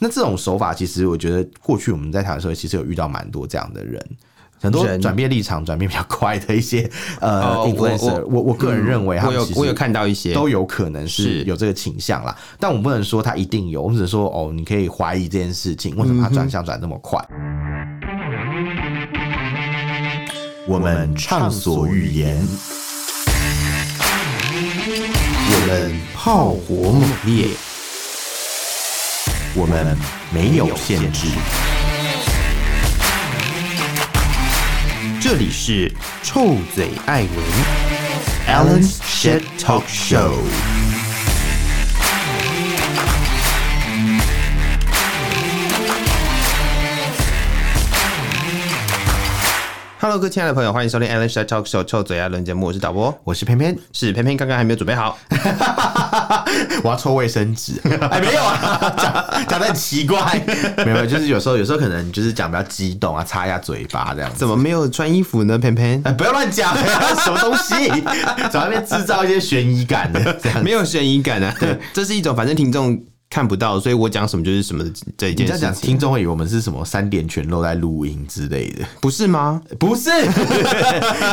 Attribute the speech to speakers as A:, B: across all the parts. A: 那这种手法，其实我觉得过去我们在台湾社会其实有遇到蛮多这样的人，很多
B: 人
A: 转变立场、转变比较快的一些呃、
B: 哦我嗯
A: influencer，我我个人认为他
B: 我
A: 们
B: 有
A: 其实
B: 我有看到一些，
A: 都有可能是
B: 是
A: 有这个倾向啦，但我们不能说他一定有，我们只能说哦，你可以怀疑这件事情，为什么他转向转那么快？我们畅所欲言，我们炮火猛烈，我们没有限制。这里是臭嘴艾文 Alan's Shit Talk Show。
B: Hello，各位亲爱的朋友，欢迎收听 Alan Shy Talk Show 臭嘴艾伦节目，我是导播，
A: 我是偏偏，
B: 是偏偏刚刚还没有准备 好，
A: 我要抽卫生纸。 哎，没有啊，讲讲的很奇怪。 没有，没有就是有时候有时候可能就是讲比较激动啊，擦一下嘴巴这样子。
B: 怎么没有穿衣服呢？偏偏
A: 哎，不要乱讲，什么东西， 在那边制造一些悬疑感的这样。
B: 没有悬疑感啊， 这是一种反正听众看不到，所以我讲什么就是什么的这一
A: 你
B: 件
A: 这样
B: 事
A: 讲，
B: 情，
A: 听众会以为我们是什么三点全露在录音之类的，
B: 不是吗？
A: 不是。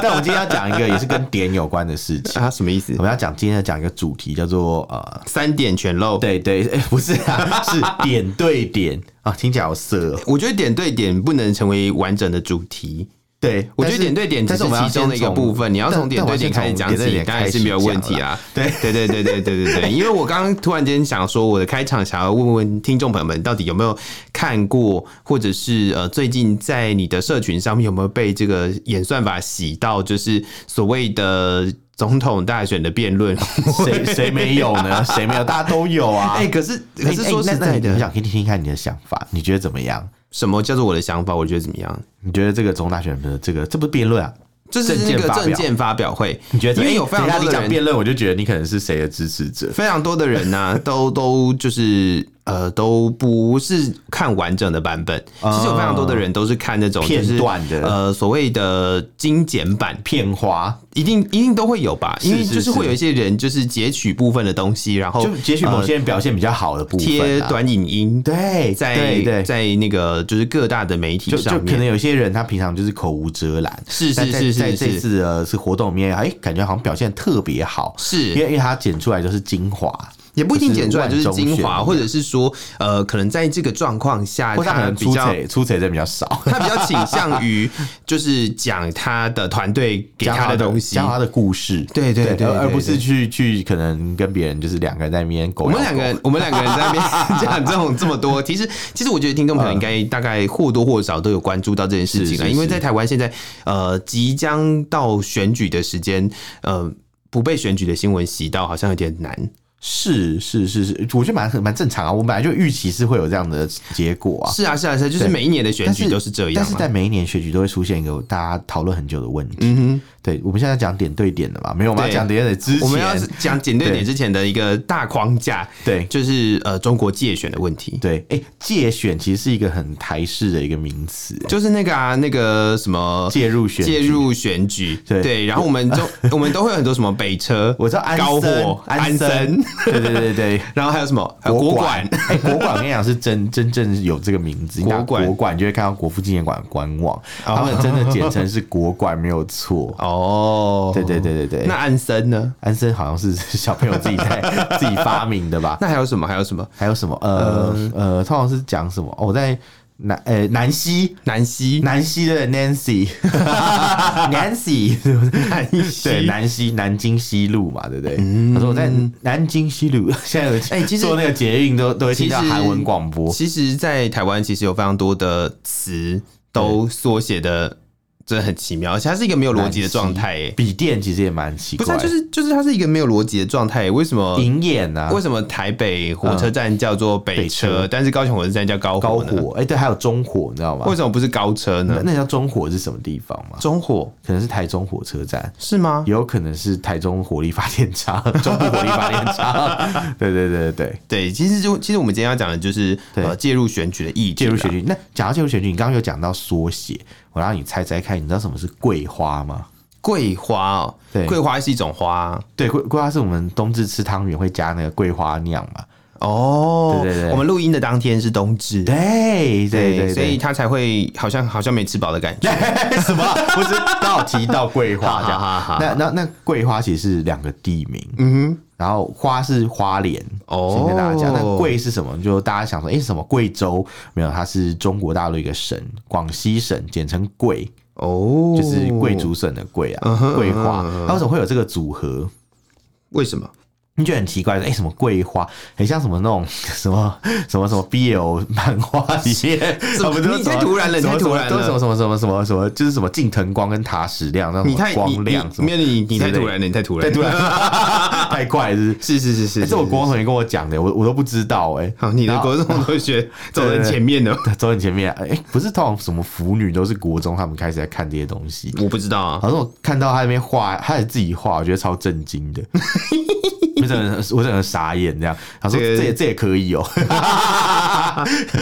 A: 但我们今天要讲一个也是跟点有关的事情，
B: 啊，什么意思
A: 我？们要讲今天要讲一个主题叫做呃
B: 三点全漏。
A: 对对，哎不是啊，是点对点啊，听起来好色、哦。
B: 我觉得点对点不能成为完整的主题，
A: 对，
B: 我觉得点对点只
A: 但是我们要
B: 其中的一个
A: 先从
B: 部分，你要
A: 但
B: 从点
A: 但我
B: 对
A: 要
B: 点
A: 先
B: 开始
A: 从
B: 讲
A: 点对
B: 起，
A: 点
B: 当
A: 开
B: 然是
A: 始
B: 没有问
A: 讲
B: 题啊
A: 啦
B: 啦。 对对对对对对对对，因为我刚刚突然间想说，我的开场想要问问听众朋友们，到底有没有看过，或者是呃最近在你的社群上面有没有被这个演算法洗到，就是所谓的总统大选的辩论？
A: 谁谁没有呢？ 谁没有？大家都有啊。
B: 哎、可是可是说
A: 哎
B: 实
A: 那那
B: 在
A: 你
B: 的，
A: 我想听听看你的想法，你觉得怎么样？
B: 什么叫做我的想法？我觉得怎么样？
A: 你觉得这个总统大选的这个这不是辩论啊？
B: 这是
A: 政
B: 那
A: 见
B: 个
A: 发
B: 证
A: 表
B: 件发表会，
A: 你觉得怎
B: 因
A: 么
B: 为
A: 样
B: 有非常
A: 等一下你
B: 多的
A: 讲
B: 人，
A: 辩论，我就觉得你可能是谁的支持者。
B: 非常多的人 呐、都都就是呃，都不是看完整的版本。其实有非常多的人都是看那种就是
A: 哦片段的
B: 呃，所谓的精简版，
A: 片花
B: 一定一定都会有吧？因为
A: 是是
B: 就是会
A: 是
B: 有一些人就是截取部分的东西，然后
A: 就截取某
B: 呃
A: 些人表现比较好的部
B: 贴
A: 分啊，
B: 短影音，
A: 对，
B: 在
A: 对对，
B: 在那个就是各大的媒体
A: 就就
B: 上
A: 可能
B: 面。
A: 有些人他平常就是口无遮拦，
B: 是
A: 但
B: 是
A: 在
B: 是
A: 在
B: 是
A: 这
B: 是
A: 次的是活动里面，哎，感觉好像表现特别好，
B: 是，
A: 因为因为他剪出来就是精华，
B: 也不一定剪出来就是精
A: 就是万中
B: 华，
A: 选一
B: 或者是说，呃，可能在这个状况下，
A: 或者他可
B: 他
A: 能
B: 比
A: 出
B: 较
A: 彩出彩的比较少。
B: 他比较倾向于就是讲他的团队给
A: 讲
B: 他的东西
A: 讲。他的故事，
B: 对对对对
A: 而而不
B: 对
A: 是去去可能跟别人就是两个人在那边狗咬
B: 我
A: 狗。
B: 们两个人，我们两个人在那边讲这种这 么多，其实其实我觉得听众朋友应该大概或多或少都有关注到这件事情
A: 是
B: 了，
A: 是
B: 因为
A: 是
B: 在台湾现在呃即将到选举的时间，呃不被选举的新闻洗到好像有点难。
A: 是是是是，我觉得蛮蛮正常啊，我本来就预期是会有这样的结果啊。
B: 是啊是啊是啊，就是
A: 对
B: 每一年的选
A: 但
B: 举都是这样
A: 但
B: 啊，
A: 是在每一年选举都会出现一个大家讨论很久的问题。嗯哼，对，我们现在讲点对点的嘛，没有我们要
B: 对
A: 讲点对点之前，
B: 我们要讲简对
A: 对
B: 点之前的一个大框架，
A: 对
B: 就是呃中国界选的问题，
A: 对，哎、界选其实是一个很台式的一个名词、哎
B: 就是那个啊那个什么
A: 介入选举
B: 介入选举，
A: 对
B: 对，然后我们 都我们都会有很多什么北车，
A: 我知道安
B: 高
A: 生
B: 火，
A: 安
B: 生
A: 生，，对对对对，
B: 然后还有什么呃国馆
A: 馆，，哎、国馆我跟你讲是真真正有这个名字，你打
B: 国馆
A: 国馆就会看到国父纪念馆的官网，他们真的简称是国馆，没有错。
B: 哦，
A: 对对对对对，
B: 那安生呢？
A: 安生好像是 小朋友自己 在自己发明的吧？
B: 那还有什么？还有什么？
A: 还有什么？呃呃，通常是讲什么？哦，我在南呃南希。
B: 南溪，
A: 南希的 Nancy，Nancy
B: 南
A: 对
B: 溪。
A: 南溪南京西路嘛，对不对？他说我在南京西路， 现在有
B: 嗯哎其实
A: 做那个捷运都都会听到
B: 其实
A: 韩文广播，
B: 其实，在台湾其实有非常多的词都缩写的，真的很奇妙，而且它是一个没有逻辑的状态，哎，
A: 笔电其实也蛮奇
B: 不
A: 怪的，
B: 是啊，就是就是它是一个没有逻辑的状态，为什么？
A: 银眼啊，
B: 为什么台北火车站叫做北
A: 北
B: 车，
A: 车
B: 但是高雄火车站叫高
A: 高
B: 火呢？
A: 火，哎、对，还有中火，你知道吗
B: 为？什么不是高车
A: 那
B: 呢？
A: 那叫中火是什么地方吗？
B: 中火
A: 可能是台中火车站，
B: 是吗
A: 也？有可能是台中火力发电厂、 中部火力发电厂。 对对对对对，
B: 对，其实就其实我们今天要讲的就是
A: 对
B: 呃介入选举的意义，
A: 介入选举。那讲到介入选举，你刚刚有讲到缩写，我让你猜猜看，你知道什么是桂花吗？
B: 桂花哦，
A: 对
B: 桂花是一种花
A: 对，桂桂花是我们冬至吃汤圆会加那个桂花酿嘛。
B: 哦，
A: 对对对
B: 我们录音的当天是冬至，
A: 对对对，
B: 所以他才会好像好像没吃饱的感觉。
A: 对 什么不是刚好提到桂花这
B: 好好好
A: 样？那那那桂花其实是两个地名，嗯，然后花是花莲，
B: 哦
A: 先跟大家讲。那桂是什么？就大家想说，哎，什么贵州？没有，它是中国大陆一个省，广西省，简称桂，
B: 哦，嗯
A: 就是贵族省的桂啊，桂花。它为什么会有这个组合？
B: 为什么？
A: 你觉得很奇怪，哎、什么桂花，很像什么那种什么什么什么 BL 漫画里面，
B: 怎么
A: 啊不是
B: 你太突然了
A: 什么
B: 你太突然了
A: 什么什么什么什么什么什么，就是什么近藤光跟塔矢亮那
B: 你
A: 种
B: 太你
A: 光
B: 你
A: 亮什么
B: 没，有你你太
A: 之类
B: 突然了，你太突
A: 太
B: 然了，
A: 突然， 太怪了是不是。
B: 是是是是，
A: 哎、
B: 是
A: 这我国中同学跟我讲的，我我都不知道哎、
B: 好，你的
A: 然后
B: 国中同学走在
A: 对对对
B: 前面的，
A: 走你前面，哎、不是通常什么腐女都是国中他们开始在看这些东西，
B: 我不知道啊。
A: 好像我看到他那边画，他也自己画，我觉得超震惊 的。我整个人我整个人傻眼，这样，他说
B: 这个
A: 这也这也可 以哦、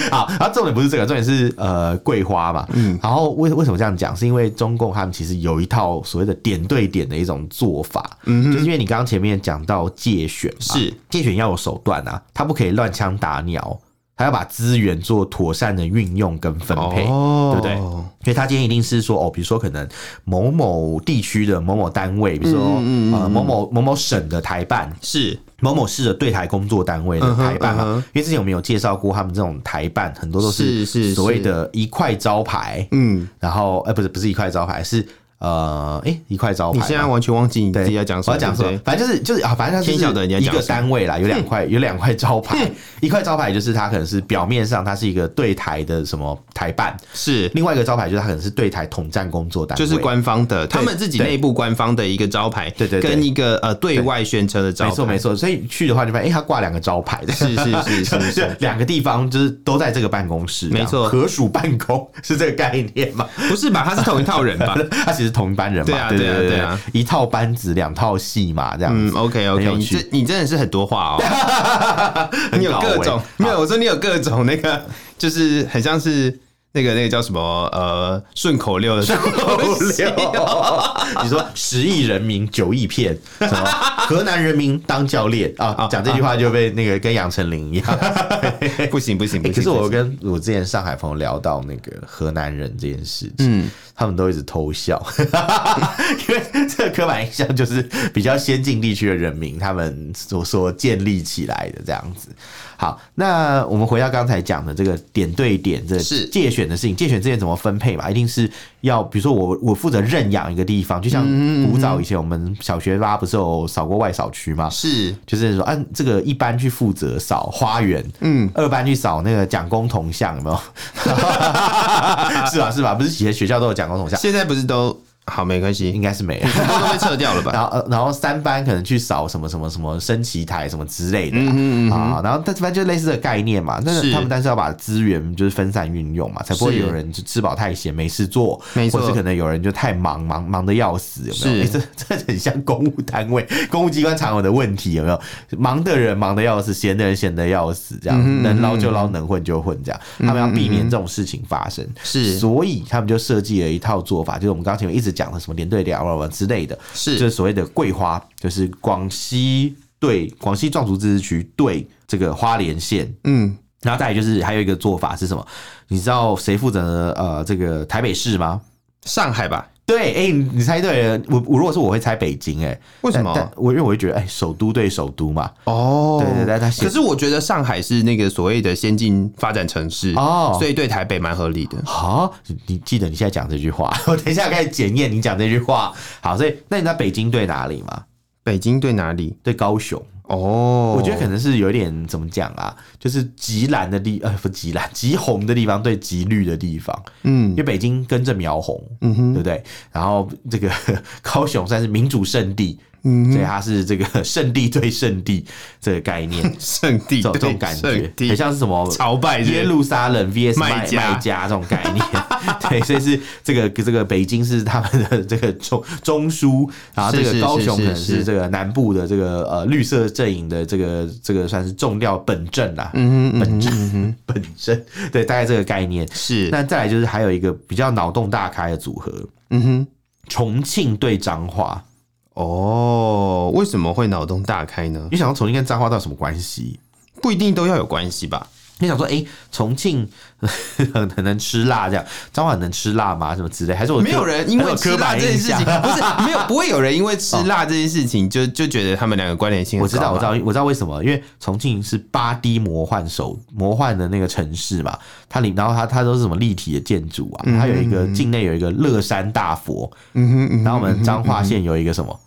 A: 好，然后重点不是这个，重点是呃桂花嘛。嗯，然后为为什么这样讲？是因为中共他们其实有一套所谓的点对点的一种做法，嗯，就是因为你刚刚前面讲到借选嘛，
B: 是
A: 借选要有手段啊，他不可以乱枪打鸟，他要把资源做妥善的运用跟分配，
B: 哦
A: 对不对？所以他今天一定是说哦，比如说可能某某地区的某某单位，比如说
B: 嗯
A: 呃某某某某省的台办，
B: 是
A: 某某市的对台工作单位的
B: 嗯哼
A: 台办嘛，
B: 嗯哼
A: 因为之前我们有介绍过，他们这种台办很多都
B: 是是是
A: 所谓的一块招牌，
B: 嗯，
A: 然后哎、呃不是不是一块招牌，是呃哎、一块招牌
B: 你
A: 嘛，
B: 现在完全忘记你自己要讲什
A: 我
B: 么，
A: 要讲什
B: 哦对
A: 么？
B: 不对
A: 反正就是就是啊，反正它就
B: 天晓得你要
A: 是一
B: 讲
A: 个
B: 什么
A: 单位啦，有两块有两块招牌，一块招牌就是它可能是表面上它是一个对台的什么台办，
B: 是
A: 另外一个招牌就是它可能是对台统战工作单位，
B: 就是官方的，他
A: 对
B: 们自己
A: 对
B: 内部官方的一个招牌，
A: 对对对
B: 跟一个呃对外宣称的招牌，
A: 没错没错，所以去的话就发现，哎、它挂两个招牌，
B: 是是是是，
A: 就是 两个地方就是都在这个办公室，
B: 没错
A: 合署办公是这个概念吗？
B: 不是吧？他是同一套人吧？
A: 他其实同一班人嘛，
B: 对啊
A: 对
B: 对啊
A: 对
B: 对啊，
A: 一套班子两套戏嘛， 这样
B: 嗯
A: 子。
B: ，OK
A: 很
B: OK，
A: 有
B: 你
A: 趣
B: 这你真的是很多话哦，
A: 很
B: 你有
A: 搞欸
B: 各
A: 味
B: 种 没有？我说你有各种那个，就是很像是那个那个叫什么呃顺口溜的顺
A: 好
B: 哦
A: 溜哦 你说十亿人民九亿骗，什么河南人民当教练 啊？讲这句话就被那个跟杨丞琳一样。
B: 不行不行不
A: 欸
B: 行，
A: 可是我
B: 不行
A: 跟我之前上海朋友聊到那个河南人这件事情，
B: 嗯
A: 他们都一直偷笑， 因为这个刻板印象就是比较先进地区的人民他们所所建立起来的这样子。好，那我们回到刚才讲的这个点对点这
B: 是
A: 借选的事情，借选之前怎么分配嘛？一定是要比如说我我负责认养一个地方，就
B: 嗯
A: 像古早以前我们小学吧不是有扫过外扫区吗？
B: 是
A: 就是说，按、啊这个一班去负责扫花园，嗯，二班去扫那个蒋公铜像，有没有？ 是吧？是吧？不是以前学校都有蒋公铜像，
B: 现在不是都好没关系
A: 应，该是没了。
B: 很多都被撤掉了吧？
A: 然后，呃然后三班可能去扫什么什么什么升旗台什么之类
B: 嗯
A: 的啦啊，然后但反正就类似的概念嘛。但
B: 是
A: 是他们但是要把资源就是分散运用嘛，才不会
B: 是
A: 有人就吃饱太闲没事做，
B: 没错
A: 或是可能有人就太忙忙忙的要死，有没有？
B: 是
A: 诶这这很像公务单位、公务机关常有的问题，有没有？忙的人忙的要死，闲的人闲的要死，这样
B: 嗯
A: 能捞就捞，能混就混，这样他们要避免这种事情发生。
B: 嗯是
A: 所以他们就设计了一套做法，就是我们刚刚前面一直讲的什么连队聊啊之类的，
B: 是
A: 就是所谓的桂花，就是广西对广西壮族自治区对这个花莲县，
B: 嗯，
A: 然后再来就是还有一个做法是什么？你知道谁负责呃这个台北市吗？
B: 上海吧？
A: 对，哎、你你猜对了。我我如果是我会猜北京、哎，
B: 为什么
A: 但但我因为我会觉得，哎、首都对首都嘛，
B: 哦
A: 对对对他写
B: 可是我觉得上海是那个所谓的先进发展城市
A: 哦
B: 所以对台北蛮合理的。
A: 好、你你记得你现在讲这句话， 我等一下开始检验你讲这句话。好，所以那你知道北京对哪里吗？
B: 北京对哪里？
A: 对高雄。
B: 哦，
A: 我觉得可能是有点怎么讲啊，就是极蓝的地，呃，不极蓝， 极红的地方对极绿的地方，
B: 嗯
A: 因为北京跟着苗红，嗯哼，对不对？然后这个 高雄算是民主圣地，嗯，所以它是这个 圣地对圣地这个概 念，
B: 圣地
A: 这种
B: 对
A: 这种感觉
B: 圣，地
A: 很像是什么
B: 朝拜日
A: 耶路撒冷 VS
B: 卖
A: 卖
B: 家
A: 卖家这种概念， 对，所以是这个这个北京是他们的这个中中枢，然后这
B: 是是
A: 个高雄可能
B: 是是是
A: 是这个南部的这个呃绿色阵营的这个这个算是重料本阵啦，
B: 嗯
A: 本阵本阵，对，大概这个概念。
B: 是
A: 那再来就是还有一个比较脑洞大开的组合，
B: 嗯哼，
A: 重庆对彰化，
B: 哦，为什么会脑洞大开呢？
A: 你想要重庆跟彰化到底有什么关系？
B: 不一定都要有关系吧？
A: 你想说，哎、重庆 很很能吃辣，这样彰化很能吃辣吗？什么之类？还是我
B: 没有人因为吃辣这件事情，
A: 还是我刻板印象
B: 不是没有不会有人因为吃辣这件事情就就觉得他们两个关联性
A: 我
B: 很
A: 知
B: 高吧
A: 道，我知道，我知道为什么，因为重庆是八 D 魔幻首魔幻的那个城市嘛，它里然后它它都是什么立体的建筑啊，它有一个境内有一个乐山大佛，
B: 嗯哼，嗯哼
A: 然后我们彰化县有一个什
B: 嗯
A: 么，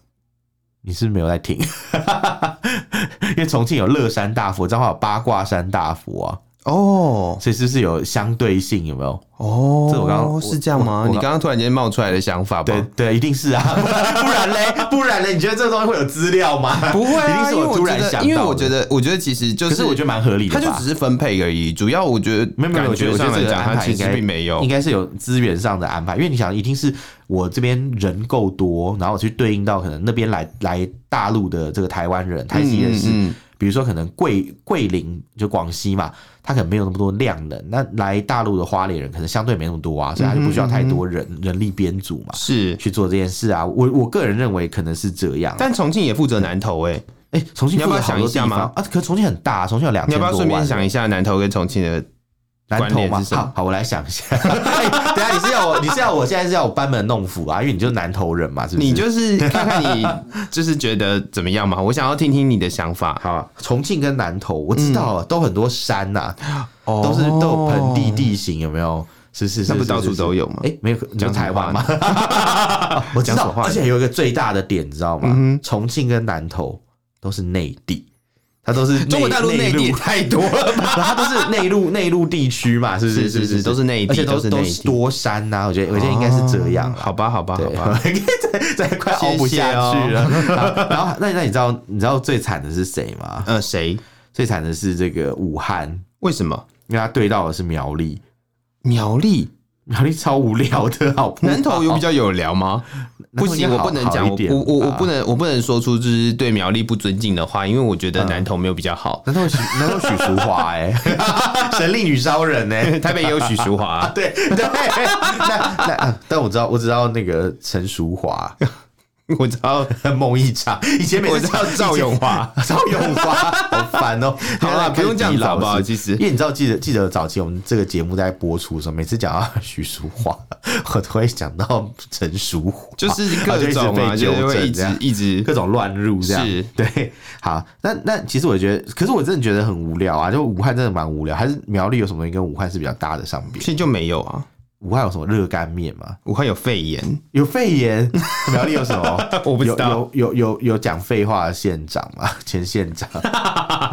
A: 你是不是没有在听， 因为重庆有乐山大佛，彰化有八卦山大佛啊，
B: 哦
A: 所以是不是有相对性？有没有？
B: 哦，
A: 这我刚刚
B: 是这样
A: 我
B: 吗？
A: 我
B: 你刚刚突然间冒出来的想法吧？
A: 对对，一定是啊， 不然不然嘞，不然嘞，你觉得这个东西会有资料吗？
B: 不 会
A: 一定
B: 啊，
A: 是
B: 因为我
A: 突
B: 觉
A: 然
B: 得
A: 想到的
B: 因为我觉得，我觉得其实就
A: 可是我觉得蛮合理的吧，
B: 它就只是分配而已。主要我觉得，
A: 没有没有，
B: 感
A: 我觉得我觉
B: 上
A: 得
B: 来
A: 这个
B: 讲，
A: 安
B: 它
A: 排
B: 其
A: 应
B: 实
A: 该
B: 并没有
A: 应。该是有资源上的安排，因为你想，一定是我这边人够多，然后我去对应到可能那边来来大陆的这个台湾人、台籍人士，
B: 嗯嗯嗯
A: 比如说可能桂桂林就广西嘛，他可能没有那么多量能，那来大陆的花莲人可能相对没那么多啊，
B: 嗯
A: 所以他就不需要太多人、人力编组嘛。
B: 是，
A: 去做这件事啊，我我个人认为可能是这样啊。
B: 但重庆也负责南投欸诶、
A: 哎、重庆
B: 你要不要
A: 负责好
B: 想一
A: 多
B: 下
A: 地
B: 嘛
A: 方啊，可重庆很大、重庆有两
B: 你
A: 千
B: 要
A: 多
B: 不
A: 万
B: 要
A: 人。
B: 顺便想一下南投跟重庆的？
A: 南投
B: 关联
A: 吗？
B: 是什么
A: 好好，我来想一下。 哎等一下你是要我，你是要我现在是要我班门弄斧啊？因为你就是南投人嘛，是不是？
B: 你就是看看你就是觉得怎么样嘛？我想要听听你的想法。
A: 好、啊，重庆跟南投我知道了，都很多山呐、
B: 哦
A: 都是都有盆地地形，有没有？是是是，
B: 那不
A: 是
B: 到处都？有
A: 是
B: 吗
A: 是？哎、没有，你
B: 讲
A: 说
B: 什么
A: 台湾吗？ 我知
B: 讲什么
A: 道，
B: 话
A: 而且有一个最大的点，你知道吗？
B: 嗯
A: 重庆跟南投都是内 地，它都是
B: 中国大陆内
A: 内
B: 地也
A: 陆
B: 太多 了吧？
A: 然后它都是内陆内陆地区嘛，是不
B: 是
A: 是？
B: 是是都是内地
A: 而且
B: 都
A: 都
B: 是
A: 都
B: 内
A: 是
B: 地哦
A: 多山呐、我觉得我觉得应该是这样啦
B: 好吧，好吧，好
A: 对，
B: 吧。
A: 再再快熬不下去了。
B: 哦
A: 好然后，那那你知道你知道最惨的是谁吗？
B: 呃，谁？
A: 最惨的是这个武汉，
B: 为什么？
A: 因为他对到的是苗栗，
B: 苗栗
A: 苗栗超无聊的，好不好
B: 南投有比较有聊 吗？
A: 南
B: 不
A: 投应
B: 行，
A: 该
B: 我
A: 好
B: 不能讲，
A: 好
B: 我
A: 一点
B: 我我我
A: 吧，
B: 不能，我不能说出就是对苗栗不尊敬的话，因为我觉得南投没有比较好
A: 南投许南投许淑华哎、 神力女超人哎、
B: 台北也有许淑华、
A: 对对，那那但我知道我知道那个陈淑华
B: 我知道，
A: 梦一场，以前每
B: 我
A: 次
B: 知道 赵永华。
A: 赵永华， 好烦哦、
B: 好啦
A: 原来
B: 不用这样子
A: 看
B: 好不好
A: 老师
B: 其实
A: 因为你知道，记得记得早期我们这个节目在播出的时候，每次讲到许淑华， 我都会想到陈淑华，
B: 就是各种
A: 然
B: 啊，
A: 后
B: 就
A: 就一直被纠
B: 是会
A: 正这
B: 一直
A: 样。
B: 一直
A: 各种乱入这样，
B: 是
A: 对，好，那那其实我觉得，可是我真的觉得很无聊啊，就武汉真的蛮无聊，还是苗栗有什么东西跟武汉是比较搭的上边？
B: 其实就没有啊。
A: 武汉有什么热干面吗？
B: 武汉有肺炎，
A: 有肺炎， 苗栗有什么？
B: 我不知道
A: 有有有有有讲废话的县长吗？前县长，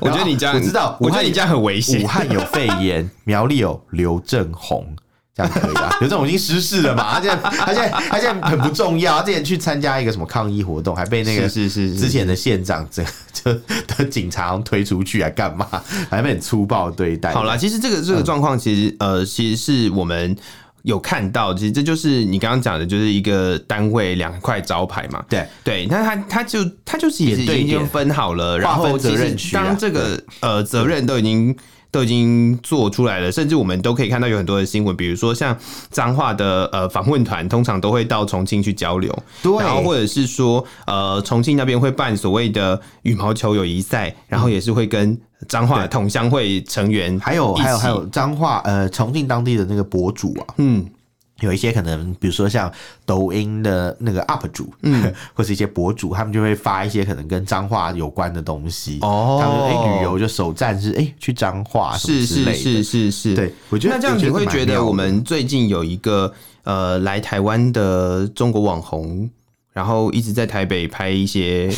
B: 我觉得你这样，
A: 我知道
B: 我
A: 武汉
B: 觉得你这样很危
A: 武
B: 险。
A: 汉有肺 炎，苗栗有刘正宏，这样可以吧？刘正宏已经失势了嘛？他现在他现在他现在很不重要，他之前去参加一个什么抗议活动，还被那个
B: 是是是是
A: 之前的县长整 就的警察好像推出去，还啊干嘛？还被很粗暴对待。
B: 好啦，，其实这个这个状况，其实呃，其实是我们有看到，其实这就是你刚刚讲的，就是一个单位两块招牌嘛。
A: 对
B: 对，那他他就他就其
A: 点
B: 实已
A: 对
B: 经
A: 点
B: 就分好了，然
A: 划分
B: 后其
A: 责
B: 实
A: 任区啊
B: 当这个呃责任都已经。都已经做出来了，甚至我们都可以看到有很多的新闻，比如说像彰化的呃访问团，通常都会到重庆去交流，
A: 对
B: 然后或者是说呃重庆那边会办所谓的羽毛球友谊赛，然后也是会跟彰化同乡会成员
A: 还有
B: 一起
A: 还有还有彰化呃重庆当地的那个博主啊，
B: 嗯，
A: 有一些可能，比如说像抖音的那个 UP 主，嗯， 或是一些博主，他们就会发一些可能跟彰化有关的东西。
B: 哦
A: 他们哎、诶旅游就首站是哎、诶去彰化什
B: 是
A: 么之类
B: 是
A: 的。
B: 是是是，
A: 对我觉得
B: 那这样
A: 我觉
B: 你
A: 得
B: 会
A: 蛮
B: 觉得
A: 妙的
B: 我们最近有一个呃来台湾的中国网红，然后一直在台北拍一些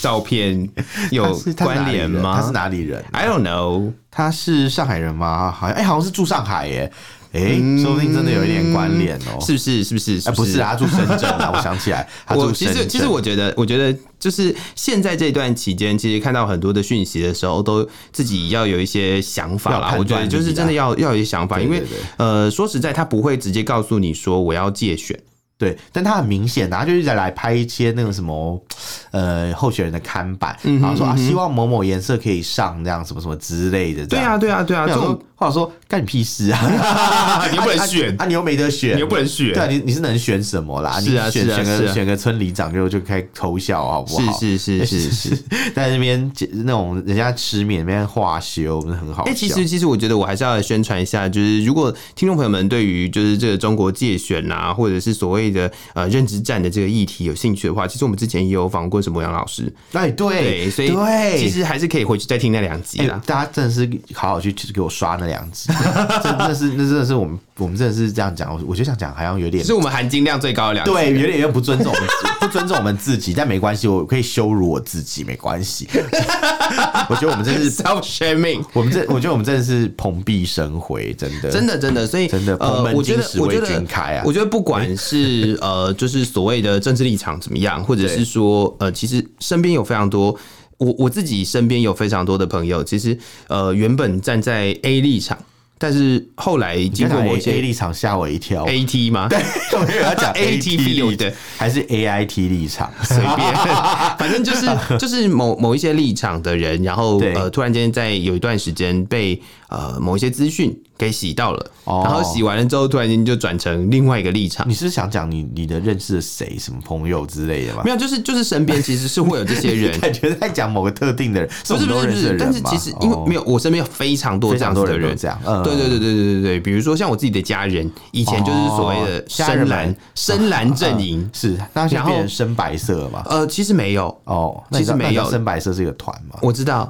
B: 照片，
A: 他
B: 有
A: 是他是哪
B: 关
A: 里
B: 联
A: 人
B: 吗？
A: 他是哪里人？
B: i don't know，
A: 他是上海人吗？好像哎、好像是住上海耶、哎、说不定真的有一点关联哦、
B: 嗯是不是？是不是？
A: 哎、
B: 是
A: 不
B: 是
A: 是啊，他住深圳 啊，我想起来，他
B: 我
A: 住
B: 其
A: 深圳。
B: 实其实我觉得，我觉得就是现在这段期间，其实看到很多的讯息的时候，都自己要有一些想法
A: 要
B: 啦。
A: 判
B: 我觉得
A: 断
B: 就是
A: 力
B: 真的
A: 啦
B: 要要有一些想法，
A: 对
B: 因为
A: 对对
B: 呃，说实在，他不会直接告诉你说我要借选，
A: 对，但他很明显、啊，他就一直来拍一些那种什么，呃，候选人的
B: 嗯
A: 看板，然后说啊，希望某某颜色可以上这样什么什么之类的。
B: 对啊，，对啊，对啊，
A: 我
B: 这
A: 想
B: 种
A: 说话说干你屁事 啊！
B: 你又不能选
A: 啊啊啊你又没得选，
B: 你又不能选
A: 对啊，你你是能选什么啦？
B: 是啊
A: 你选
B: 是啊
A: 选
B: 是
A: 个
B: 啊
A: 选个村里长就就开偷笑啊好不好？
B: 是 是是是 是。
A: 在那边那种人家吃面那边化修，真的很好笑。
B: 哎、其实其实我觉得我还是要宣传一下，就是如果听众朋友们对于就是这个中国界选啊，或者是所谓的呃认知战的这个议题有兴趣的话，其实我们之前也有访过沈博阳老师，
A: 哎对，
B: 所以
A: 对，
B: 其实啊还是可以回去再听那两集
A: 哎
B: 啦。
A: 大家真的是好好去去给我刷那两 集，真的是那真的是我们我们真的是这样讲，我我觉得这样讲好像有点
B: 是啊我们含金量最高的两集，
A: 对，有点有点不尊重我们，不尊重我们自己，但没关系，我可以羞辱我自己，没关系。 我觉得我们真是，
B: ，self shaming。
A: 我们这，我觉得我们真的是蓬荜生辉，真的，
B: 真的，真的，所以
A: 真的
B: 呃
A: 蓬，门
B: 我觉
A: 今
B: 得，
A: 始
B: 我
A: 为
B: 觉得
A: 君开啊，
B: 我觉得不 管是呃，就是所谓的政治立场怎么样，或者是说呃，其实身边有非常多。我我自己身边有非常多的朋友，其实呃原本站在 A 立场，但是后来经
A: 结
B: 过
A: 果
B: 某
A: 我 A
B: 一些
A: 立场吓我一跳。
B: A T 吗？
A: 对， 我以为要讲
B: AT
A: 立
B: 对
A: 还是 AIT 立 场，
B: 随便，反 正就是就是某某一些立场的人，然后
A: 对
B: 呃，突然间在有一段时间被呃某一些资讯给洗到了，
A: 哦
B: 然后洗完了之后，突然间就转成另外一个立场
A: 你。是想讲你你的认识的谁什么朋友之类的吗
B: 没？有，就是就是身边其实是会有这 些人，
A: 感觉在讲某个特定的人，
B: 不
A: 我
B: 是
A: 们都
B: 不是不
A: 认识的
B: 是，
A: 人
B: 但是
A: 吗
B: 其实因为没
A: 哦
B: 有，我身边有非常多
A: 非
B: 这样
A: 常多
B: 子的
A: 人都
B: 人，
A: 这样，嗯，
B: 对对对对对对对，比如说像我自己的家人，以前就是所谓
A: 哦
B: 的
A: 家人
B: 深蓝、
A: 们
B: 深 蓝阵营
A: 嗯，是，那现在
B: 然后
A: 变成深白色了嘛？
B: 呃，其实没有，
A: 哦，那你知道
B: 其实没
A: 那
B: 有
A: 你知道深白色是一个团嘛？
B: 我 知道，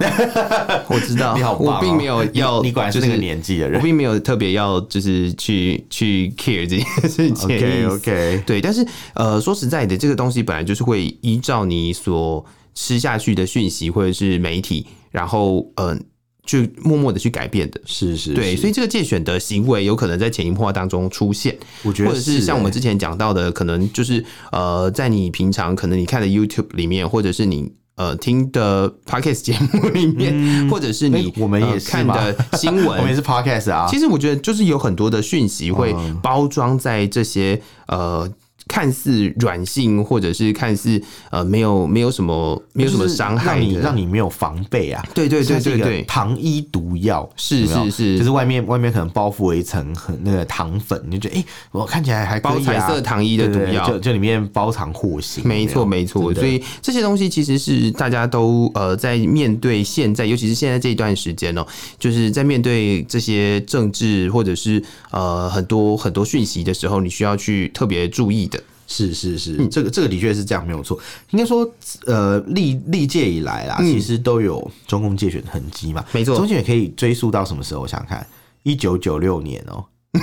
B: 我知道
A: 你好，棒哦
B: 我并没有要，
A: 你你果然是
B: 就
A: 那个年纪的人
B: 我并没有特别要就是去去 care 这件事情的意
A: OK
B: 思。
A: OK，
B: 对，但是呃，说实在的，这个东西本来就是会依照你所吃下去的讯息或者是媒体，然后嗯、呃，就默默的去改变的。
A: 是是
B: 对，所
A: 以
B: 以这个借选的行为有可能在潜移默化当中出现，
A: 我觉得欸
B: 或者是像我们之前讲到的，可能就是呃，在你平常可能你看的 YouTube 里面，或者是你。呃，听的 podcast 节目里面，或者是你、
A: 哎我们
B: 呃
A: 也是
B: 看
A: 吗
B: 的新
A: 我们也
B: 闻，
A: 是 Podcast 啊嗯
B: 其，实我觉得就是有很多的讯息会包装在这些呃看似软性，或者是看似呃没有没有什么没有什么
A: 就是
B: 伤害
A: 让你
B: 的，
A: 让你没有防备啊。
B: 对对对
A: 像是
B: 对
A: 一个
B: 对，
A: 糖衣毒药
B: 是
A: 有没有
B: 是是
A: 就是外面外面可能包覆了一层很那个糖粉，你就觉得哎、我看起来还可以、啊、
B: 包彩色糖衣的
A: 对
B: 毒
A: 对对
B: 药，
A: 就就里面包藏祸心，
B: 没错，
A: 有
B: 没
A: 真
B: 错。
A: 的
B: 所以这些东西其实是大家都呃在面对现在，尤其是现在这一段时间哦、就是在面对这些政治或者是呃很多很多讯息的时候，你需要去特别注意的。
A: 是是是，
B: 嗯
A: 这个这个的确是这样，没有错。应该说，呃，历历届以来啦，其实都有中共界选的痕迹嘛，
B: 嗯没错
A: 中间也可以追溯到什么时候？我想想看，一九九六年哦、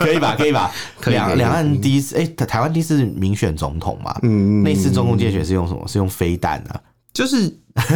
A: 可以吧？可以吧？
B: 可以可
A: 两
B: 以
A: 两岸第一次，哎、台台湾第一次民选总统嘛，嗯，那次中共界选是用什么？是用飞弹啊，
B: 就是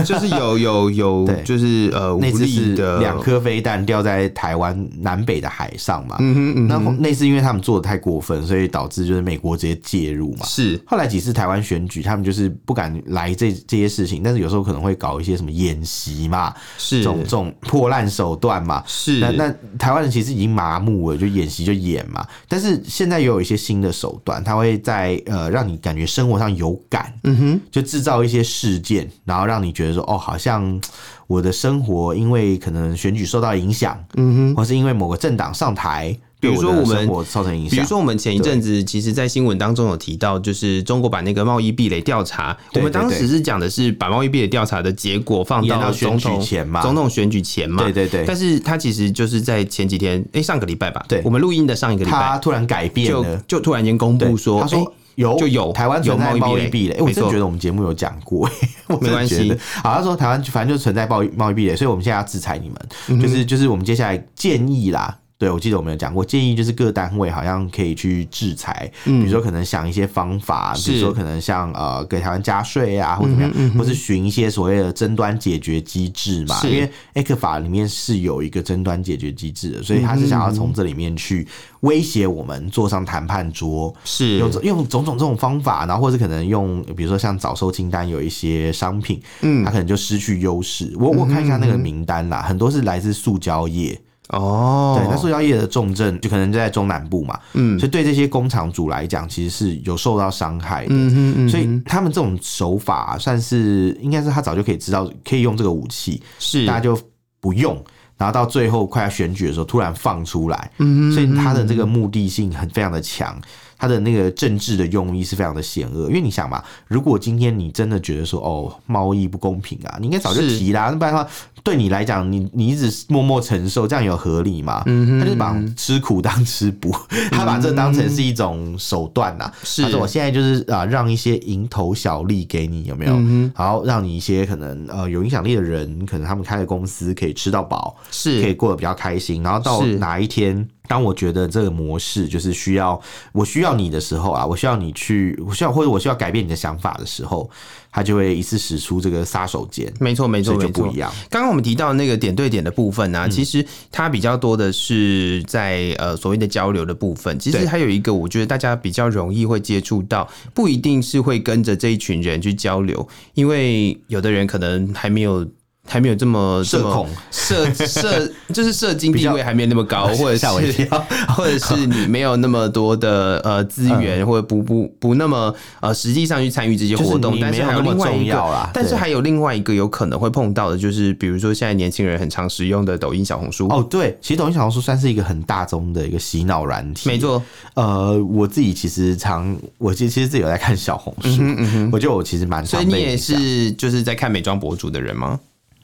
B: 就是有有有
A: 对，
B: 就是呃无
A: 那次是
B: 力的
A: 两颗飞弹掉在台湾南北的海上嘛，嗯嗯那后那次因为他们做的太过分，所以导致就是美国直接介入嘛，
B: 是
A: 后来几次台湾选举，他们就是不敢来这这些事情，但是有时候可能会搞一些什么演习嘛，这
B: 是
A: 种这种破烂手段嘛。
B: 是
A: 那那台湾人其实已经麻木了，就演习就演嘛。但是现在也有一些新的手段，它会在呃让你感觉生活上有感，嗯哼，就制造一些事件，然后让你觉得说哦，好像我的生活因为可能选举受到影响，嗯哼，或是因为某个政党上台，
B: 比如
A: 对
B: 说
A: 的
B: 我们
A: 生活造成影响，
B: 比如说，我们前一阵子其实，在新闻当中有提到，就是中国把那个贸易壁垒调查，我
A: 对
B: 们当
A: 对
B: 时是讲的是把贸易壁垒调查的结果放
A: 延到选
B: 总
A: 举
B: 统
A: 前嘛
B: 总统选举前嘛，
A: 对对对
B: 但是他其实就是在前几天，哎，上个礼拜吧，
A: 对
B: 我们录音的上一个礼
A: 他
B: 拜，
A: 突然改变
B: 就
A: 了，
B: 就突然间公
A: 对
B: 布说，
A: 他
B: 诶
A: 说哎有
B: 就有
A: 台湾
B: 有
A: 存在
B: 贸
A: 贸
B: 易
A: 易
B: 壁
A: 壁
B: 垒
A: 垒，哎我真
B: 没错
A: 的觉得我们节目有讲过，哎我真
B: 没
A: 的
B: 关系
A: 觉得。好，他说台湾反正就存在贸易贸易壁垒，所以我们现在要制裁你
B: 嗯
A: 们，就是就是我们接下来建议啦。对，我记得我们有讲过，建议就是各单位好像可以去制裁，比如说可能想一些方法，比
B: 嗯是嗯
A: 如说可能像呃给台湾加税啊，或怎么样，或是寻一些所谓的争端解决机制嘛。
B: 是
A: 因为 A 克法里面是有一个争端解决机制的，所以
B: 嗯
A: 他是想要从这里面去威胁我们坐上谈判桌，
B: 是
A: 用种用种种这种方法，然后或者可能用，比如说像早收清单有一些商品，嗯，它嗯可能就失去优势。我我看一下那个名单啦，很多是来自塑胶业，
B: 哦，
A: 对，那塑胶业的重症就可能就在中南部嘛，嗯，所以对这些工厂主来讲，其实是有受到伤害的，嗯所以他们这种手啊法算是应该是他早就可以知道可以用这个武器，
B: 嗯是
A: 大家就不用。然后到最后快要选举的时候突然放出来，
B: 嗯
A: 所以他的这个目的性很非常的强。他的那个政治的用意是非常的险恶，因为你想嘛，如果今天你真的觉得说哦贸易不公平啊，你应该早就提啦，不然的话对你来讲，你你一直默默承受，这样有合理吗？他就是把吃苦当吃补，他把这当成是一种手段呐、
B: 是
A: 他说我现在就是啊，让一些蝇头小利给你，有没有？然后让你一些可能呃有影响力的人，可能他们开的公司可以吃到饱，可以
B: 是
A: 过得比较开心。然后到
B: 是
A: 哪一天，当我觉得这个模式就是需要我需要你的时候啊，我需要你去，我需要或者我需要改变你的想法的时候，他就会一次使出这个杀手锏，
B: 没错没错
A: 所以就
B: 没
A: 不
B: 错
A: 一。样。嗯
B: 刚刚我们提到那个点对点的部分呢、啊，其实它比较多的是在呃所谓的交流的部分。其实
A: 对
B: 还有一个，我觉得大家比较容易会接触到，不一定是会跟着这一群人去交流，因为有的人可能还没有。还没有这么
A: 社恐，
B: 这么社社 就是社经地
A: 比
B: 位还没有那么高，或者
A: 吓我一
B: 是
A: 跳
B: 或者是你没有那么多的呃资
A: 嗯
B: 源，或者不不不那么呃实际上去参与这些
A: 就是
B: 活动，
A: 你
B: 但是
A: 没有
B: 还
A: 那么
B: 另外
A: 重
B: 一个
A: 要啦
B: 但是
A: 对
B: 还有另外一个有可能会碰到的，就是比如说现在年轻人很常使用的抖音、小红书。
A: 哦，对，其实抖音小红书算是一个很大宗的一个洗脑软体，
B: 没错，
A: 呃，我自己其实常，我其实其实自己有在看小红
B: 嗯
A: 书，我觉得我其实蛮
B: 所以
A: 常
B: 你
A: 被
B: 也
A: 影响。
B: 是就是在看美妆博主的人吗？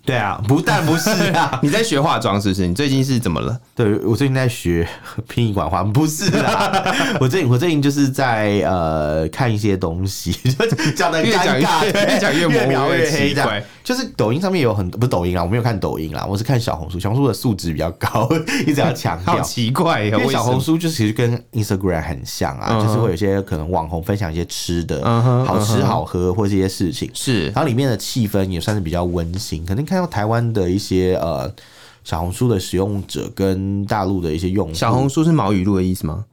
A: 对啊，不但不是啊，
B: 你在学化妆是不是？你最近是怎么了？
A: 对我最近在学 拼音管花，不是啦，我最近我最近就是在呃看一些东西， 就讲的
B: 越讲
A: 尴
B: 越
A: 尬，对
B: 越讲越模糊
A: 越描
B: 越
A: 越黑
B: 奇
A: 这样
B: 怪
A: 就是抖音上面有很不是抖音啦，我没有看抖音啦，我是看小红书，小红书的素质比较高， 一直要强
B: 好
A: 调。
B: 奇怪呀、
A: 因为
B: 为
A: 小
B: 什
A: 红
B: 么？
A: 书就其实跟 Instagram 很像啊
B: 嗯哼
A: 就是会有一些可能网红分享一些吃的
B: 嗯哼
A: 好
B: 嗯
A: 吃
B: 哼
A: 好喝或这些事情，
B: 是
A: 然后里面的气氛也算是比较温馨。可能看到台湾的一些呃小红书的使用者跟大陆的一些用户，
B: 小红书是毛语录的意 思吗？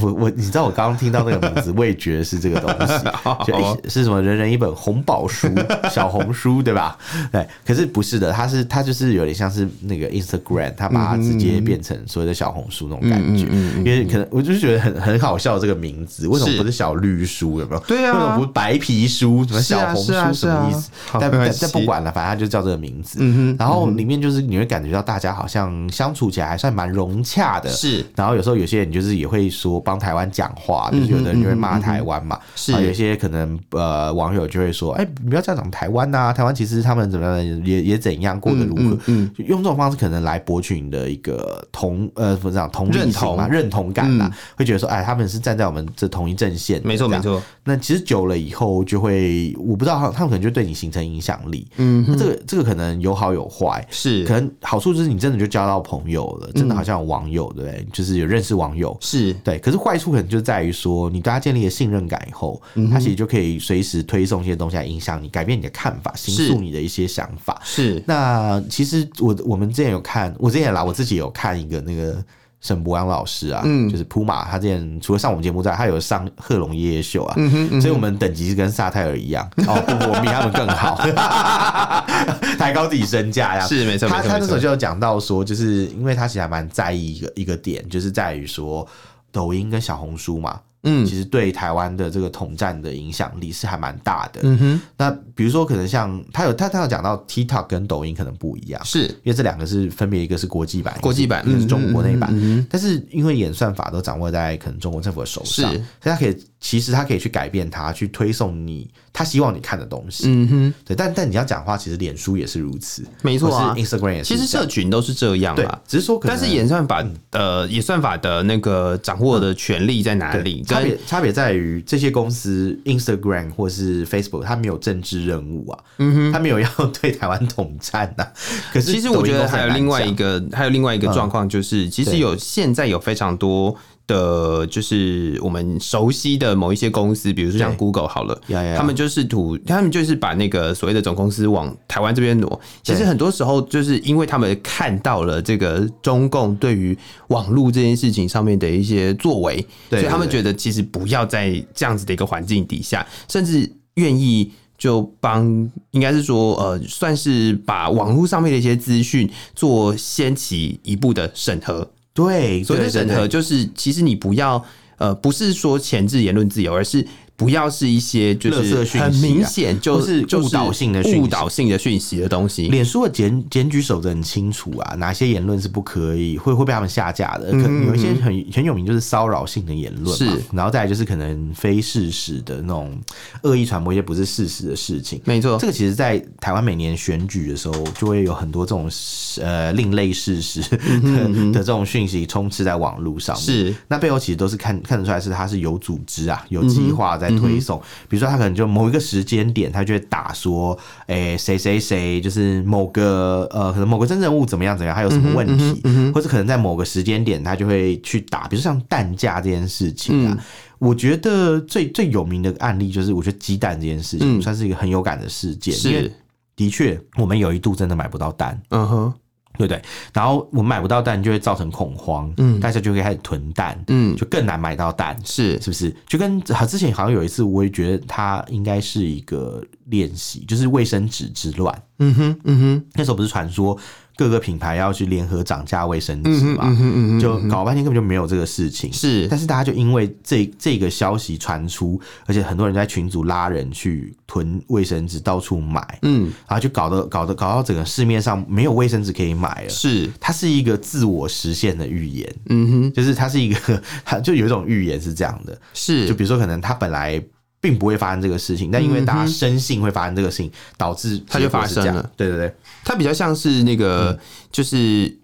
A: 我我你知道我刚刚听到那个 名字，我也觉得是这个东西，
B: 哦
A: 就
B: 好啊
A: 诶是什么人人一本红宝书、小红书对吧？对，可是不是的，它是它就是有点像是那个 Instagram，它把它直
B: 嗯
A: 接变成所谓的小红书那种感觉，因为可能我就觉得很很好笑这个名字，为什么
B: 是
A: 不是小绿书有没有？
B: 对啊
A: 为什么不是白皮书？什么
B: 是
A: 小
B: 啊
A: 红
B: 是啊
A: 书什么意
B: 是
A: 思
B: 啊？好
A: 但
B: 没关
A: 但
B: 系嗯
A: 但不管了，反正它就叫这个名字。然后里面就是你会感觉到大家好像相处起来还算蛮融洽的，
B: 是
A: 然后有时候有些人就是也会说帮台湾讲话，
B: 嗯
A: 就是有的人就会骂台湾嘛，
B: 是
A: 然后啊有些可能呃网友就会说，哎、你不要这样讲台湾呐、台湾其实他们怎么样也也怎样
B: 嗯
A: 过得如何，就用这种方式可能来博取你的一个同呃怎么讲同理
B: 认
A: 心嘛
B: 同嗯
A: 认同感啦，会觉得说，哎，他们是站在我们这同一阵线的，
B: 没错
A: 这
B: 没
A: 样
B: 错，
A: 那其实久了以后，就会我不知道他他们可能就对你形成影响力。嗯，那这个这个可能有好有坏，
B: 是嗯
A: 可能好处就是你真的就交到朋友了，真的好像有网友，对不对？就是有认识网友。
B: 是
A: 对，可是坏处可能就在于说，你对他建立了信任感以后，他其实就可以随时推送一些东西来影响你，改变你的看法，形
B: 是
A: 塑你的一些想法。
B: 是
A: 那其实我我们之前有看，我之前啦，我自己有看一个那个沈博阳老师啊，就是普马，他之前除了上我们节目之外，他有上贺龙夜夜秀啊，所以我们等级是跟萨泰尔一样，哦，不，我们比他们更好， 抬高自己身价呀。
B: 是没错没
A: 他
B: 错
A: 他那
B: 没
A: 时候
B: 错，
A: 就有讲到说，就是因为他其实还蛮在意一个一个点，就是在于说抖音跟小红书嘛，
B: 嗯
A: 其实对台湾的这个统战的影响力是还蛮大的。
B: 嗯哼
A: 那比如说，可能像他有他他有讲到 TikTok 跟抖音可能不一样，
B: 是
A: 因为这两个是分别一个是国际版，
B: 国际版
A: 一个是中国内版
B: 嗯嗯嗯嗯嗯。
A: 但是因为演算法都掌握在可能中国政府的手上，
B: 是
A: 所以他可以其实他可以去改变它，去推送你他希望你看的东西。
B: 嗯哼，
A: 对，但但你要讲话，其实脸书也是如此，
B: 没错啊
A: 或是 Instagram 也是
B: 其实
A: 这样
B: 社群都是这样啊
A: 对
B: 啦。，
A: 只是说可能
B: 但是演算法的演算法的那个掌握的权利在哪里？
A: 对差
B: 跟
A: 别差别在于这些公司 Instagram 或是 Facebook，它没有政治任务啊，嗯哼，它没有要对台湾统战 呐、可是
B: 其实我觉得还有另外一
A: 个，
B: 个，还有另外一个状况就是，其实
A: 对
B: 有现在有非常多的，就是我们熟悉的某一些公司，比如说像
A: 对啊
B: Google 好了
A: 呀呀呀，
B: 他们就是土，他们就是把那个所谓的总公司往台湾这边挪。其实
A: 对
B: 很多时候就是因为他们看到了这个中共对于网络这件事情上面的一些作为，
A: 对
B: 所以他们
A: 对对
B: 觉得其实不要在这样子的一个环境底下，甚至愿意就帮，应该是说呃，算是把网络上面的一些资讯做先期一步的审核。
A: 对，
B: 所谓的
A: 对对
B: 审核
A: 对
B: 就是，其实你不要。呃，不是说前置言论自由，而是不要是一些就
A: 垃圾
B: 是
A: 讯息啊
B: 很明显就
A: 或是
B: 就是
A: 误导性的讯息
B: 误导性的讯息的东西。
A: 脸书的检检举守则很清楚啊，哪些言论是不可以，会会被他们下架的。可
B: 嗯
A: 有一些很很有名就是骚扰性的言论嘛
B: 是，
A: 然后再来就是可能非事实的那种恶意传播一些不是事实的事情。
B: 没错
A: 这，个其实，在台湾每年选举的时候，就会有很多这种呃另类事实的
B: 嗯
A: 的这种讯息充斥在网络上面。
B: 是
A: 那背后其实都是看看得出来是他是有组织啊，有计划在推送。比如说他可能就某一个时间点，他就会打说，诶、谁谁谁就是某个呃，可能某个真人物怎么样怎么样，他有什么问题，或者可能在某个时间点他就会去打，比如像蛋价这件事情啊。我觉得最最有名的案例就是，我觉得鸡蛋这件事情、算是一个很有感的事件，因为
B: 是，
A: 的确我们有一度真的买不到蛋，
B: 嗯哼，
A: 对不对？然后我们买不到蛋，就会造成恐慌，嗯，大家就会开始囤蛋，
B: 嗯，
A: 就更难买到蛋，
B: 是
A: 是不是？就跟好之前好像有一次，我也觉得它应该是一个练习，就是卫生纸之乱。
B: 嗯哼，嗯哼，
A: 那时候不是传说各个品牌要去联合涨价卫生纸嘛，
B: 嗯
A: 就搞半天根本就没有这个事情。
B: 是
A: 但是大家就因为这这个消息传出，而且很多人在群组拉人去囤卫生纸，到处买，
B: 嗯
A: 然后就搞得搞得搞到整个市面上没有卫生纸可以买了。
B: 是，
A: 它是一个自我实现的预言，
B: 嗯哼，
A: 就是它是一个， 它就有一种预言是这样的，就是比如说可能它本来。并不会发生这个事情，但因为大家深信会发生这个事情，导致
B: 嗯它就发生
A: 结果是
B: 了
A: 这样。对对对，
B: 它比较像是那个就是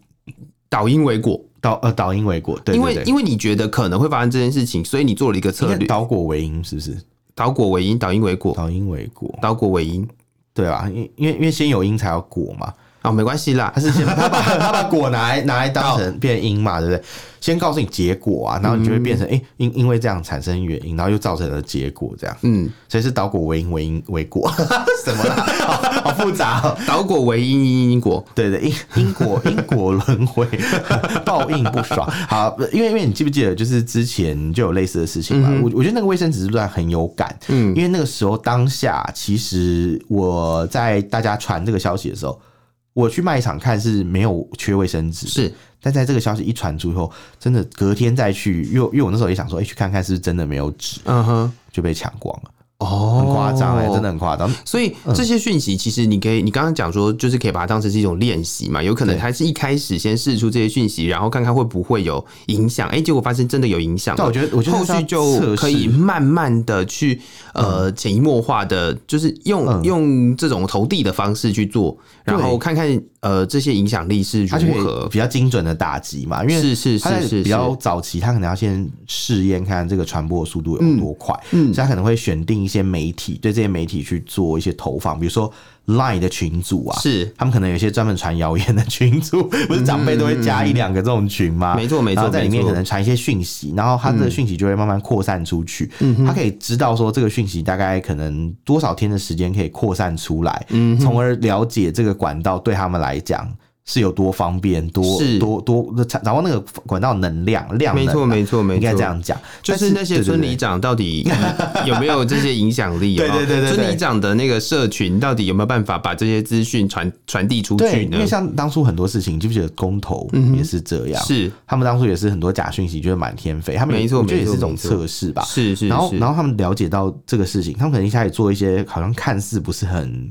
B: 导因为果，
A: 导呃导因为果，对
B: 因
A: 对
B: 为
A: 对，
B: 因为你觉得可能会发生这件事情，所以你做了一个策
A: 应该
B: 略，
A: 导果为因是不是？
B: 导果为因，导因为果，
A: 导因为果，
B: 导果为因。
A: 对吧？因因为因为先有因才有果嘛，
B: 哦，没关系啦
A: 他，是先他把他把果拿来拿来当成变因嘛，对不对？先告诉你结果啊，然后你就会变成
B: 嗯
A: 哎、诶因因为这样产生原因，然后又造成了结果这样，
B: 嗯，
A: 所以是导果为因为因为果， 什么啦？好好复杂、哦。
B: 导果为因，因因果，
A: 对 的，因因果因果轮回， 报应不爽。好，因为因为你记不记得，就是之前就有类似的事情嘛。
B: 嗯
A: 我我觉得那个卫生纸乱很有感，嗯，因为那个时候当下，其实我在大家传这个消息的时候，我去卖场看是没有缺卫生纸，
B: 是。
A: 但在这个消息一传出以后，真的隔天再去，因为因为我那时候也想说，哎、去看看是不是真的没有纸，
B: 嗯哼，
A: 就被抢光了，
B: 哦
A: 很夸张哎，真的。很夸张。
B: 所以
A: 嗯
B: 这些讯息，其实你可以，你刚刚讲说，就是可以把它当成是一种练习嘛。有可能
A: 对
B: 它是一开始先试出这些讯息，然后看看会不会有影响。哎、结果发现真的有影响了。
A: 但我觉得我觉得
B: 后
A: 是要
B: 续就
A: 测
B: 可以
A: 试
B: 慢慢的去呃潜移默化的，就是用、
A: 嗯
B: 用这种投递的方式去做，然后
A: 对
B: 看看呃这些影响力是
A: 它就
B: 如
A: 可以
B: 何。
A: 比较精准的打击嘛，因为
B: 是是是
A: 它在
B: 是是
A: 比较早期，它可能要先试验看这个传播的速度有多快，嗯，所以它可能会选定一些媒体，对这些媒体去做一些投放，比如说 Line 的群组啊，
B: 是
A: 他们可能有一些专门传谣言的群组， 不是长辈都会加一两个这种群吗？
B: 没错没错
A: 啊然后在里
B: 没
A: 面
B: 错
A: 可能传一些讯息，然后他的讯息就会慢慢扩散出去。嗯，他可以知道说这个讯息大概可能多少天的时间可以扩散出来，嗯，从而了解这个管道对他们来讲。是有多方便，多
B: 是
A: 多多，然后那个管道能量量能
B: 没
A: 啊，
B: 错没错没错，
A: 应该这样讲，
B: 就是那些村里
A: 长，
B: 长到底有 没有这些影响力？有没有
A: 对对对对对
B: 村里长的那个社群到底有没有办法把这些资讯传传递出
A: 对，
B: 去
A: 因为
B: 呢？嗯
A: 像当初很多事情，你记不记得公投也是这样，
B: 是
A: 他们当初也是很多假讯息，就是满天飞。他们也
B: 没错
A: 我觉得也
B: 没错
A: 是一种
B: 没错
A: 测试吧。
B: 是是，
A: 然后，
B: 是
A: 然后他们了解到这个事情，他们可能一开始做一些好像看似不是很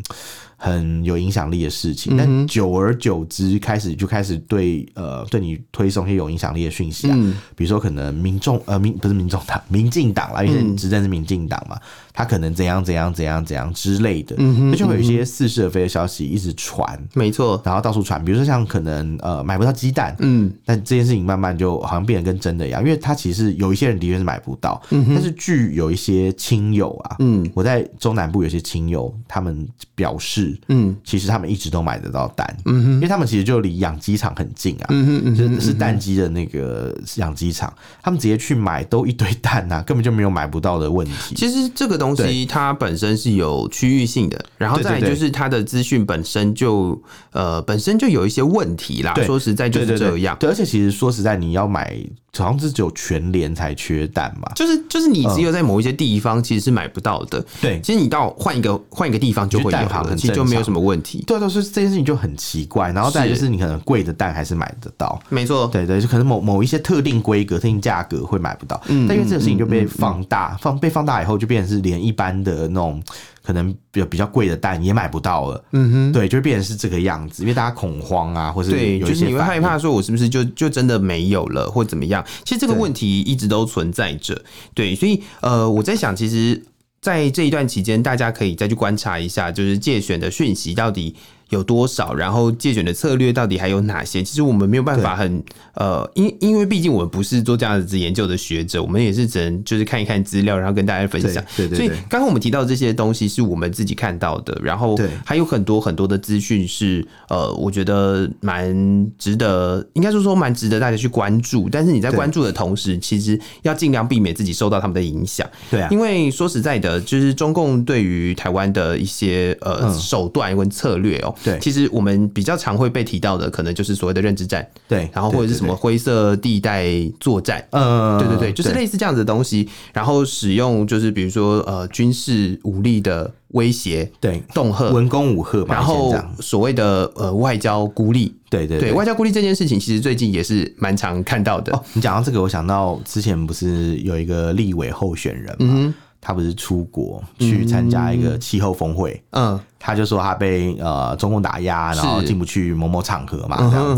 A: 很有影响力的事情，
B: 嗯
A: 但久而久之，开始就开始对呃对你推送一些有影响力的讯息啊，
B: 嗯
A: 比如说可能民众呃民不是民众党， 民进党啦，因为
B: 嗯
A: 执政是民进党嘛，他可能怎样怎样怎样怎样之类的，
B: 嗯
A: 那就会有一些似是而非的消息一直传，
B: 没错，
A: 然后到处传，比如说像可能呃买不到鸡蛋，嗯，但这件事情慢慢就好像变得跟真的一样，因为它其实有一些人的确是买不到，
B: 嗯
A: 但是据有一些亲友啊，嗯，我在中南部有些亲友他们表示，嗯，其实他们一直都买得到蛋，嗯因为他们其实就离养鸡场很近啊，嗯嗯是是蛋鸡的那个养鸡场，他们直接去买都一堆蛋啊，根本就没有买不到的问题，
B: 其实这个东西
A: 对
B: 它本身是有区域性的，然后
A: 对对
B: 再来就
A: 对
B: 是它的资讯本身就呃本身就有一些问题啦。
A: 对
B: 说实在就是
A: 对对
B: 这
A: 对
B: 样，
A: 对，而且其实说实在，你要买好像是只有全联才缺蛋吧？
B: 就是就是你
A: 嗯
B: 只有在某一些地方其实是买不到的，
A: 对
B: 其实你到换一个换一个地方就会
A: 就蛋
B: 有
A: 黄
B: 了，
A: 很
B: 其实就
A: 正
B: 没有
A: 常
B: 什么问题。
A: 对啊对啊，所以这件事情就很奇怪。然后再来就是是你可能贵的蛋还是买得到，
B: 没错，
A: 对对，就可能某某一些特定规格、特定价格会买不到，
B: 嗯
A: 但因为这个事情就被放大，放被放大以后，就变成是连一般的那种可能比较比较贵的蛋也买不到了，嗯哼，对，就会变成是这个样子，因为大家恐慌啊，或是
B: 对，
A: 有
B: 就
A: 一
B: 是你
A: 些
B: 会
A: 反
B: 害
A: 应
B: 怕说，我是不是就就真的没有了，或怎么样？其实这个
A: 对
B: 问题一直都存在着。对，所以呃，我在想，其实，在这一段期间，大家可以再去观察一下，就是借选的讯息到底。有多少？然后借选的策略到底还有哪些？其实我们没有办法很呃，因因为毕竟我们不是做这样子研究的学者，我们也是只能就是看一看资料，然后跟大家分享。
A: 对对对
B: 所以
A: 对
B: 刚刚我们提到这些东西是我们自己看到的，然后
A: 对
B: 还有很多很多的资讯是呃，我觉得蛮值得，应该说说蛮值得大家去关注。但是你在
A: 对
B: 关注的同时，其实要尽量避免自己受到他们的影响。
A: 对啊，
B: 因为说实在的，就是中共对于台湾的一些呃、
A: 嗯
B: 手段跟策略哦、
A: 对
B: 其实我们比较常会被提到的，可能就是所谓的认知战，
A: 对，
B: 然后或者是什么
A: 对，
B: 灰色地带作战，
A: 对呃，
B: 对对对，就是类似这样子的东西，然后使用就是比如说呃军事武力的威胁、
A: 对
B: 恫吓，
A: 文攻武吓嘛，
B: 然
A: 以前
B: 后
A: 这样
B: 所谓的呃外交孤立。
A: 对对
B: 对外交孤立这件事情，其实最近也是蛮常看到的。
A: 哦，你讲到这个，我想到之前不是有一个立委候选人
B: 嗯
A: 嘛，他不是出国去参加一个气候峰会，
B: 嗯，
A: 他就说他被呃中共打压，然后
B: 是嗯
A: 进不去某某场合嘛，这样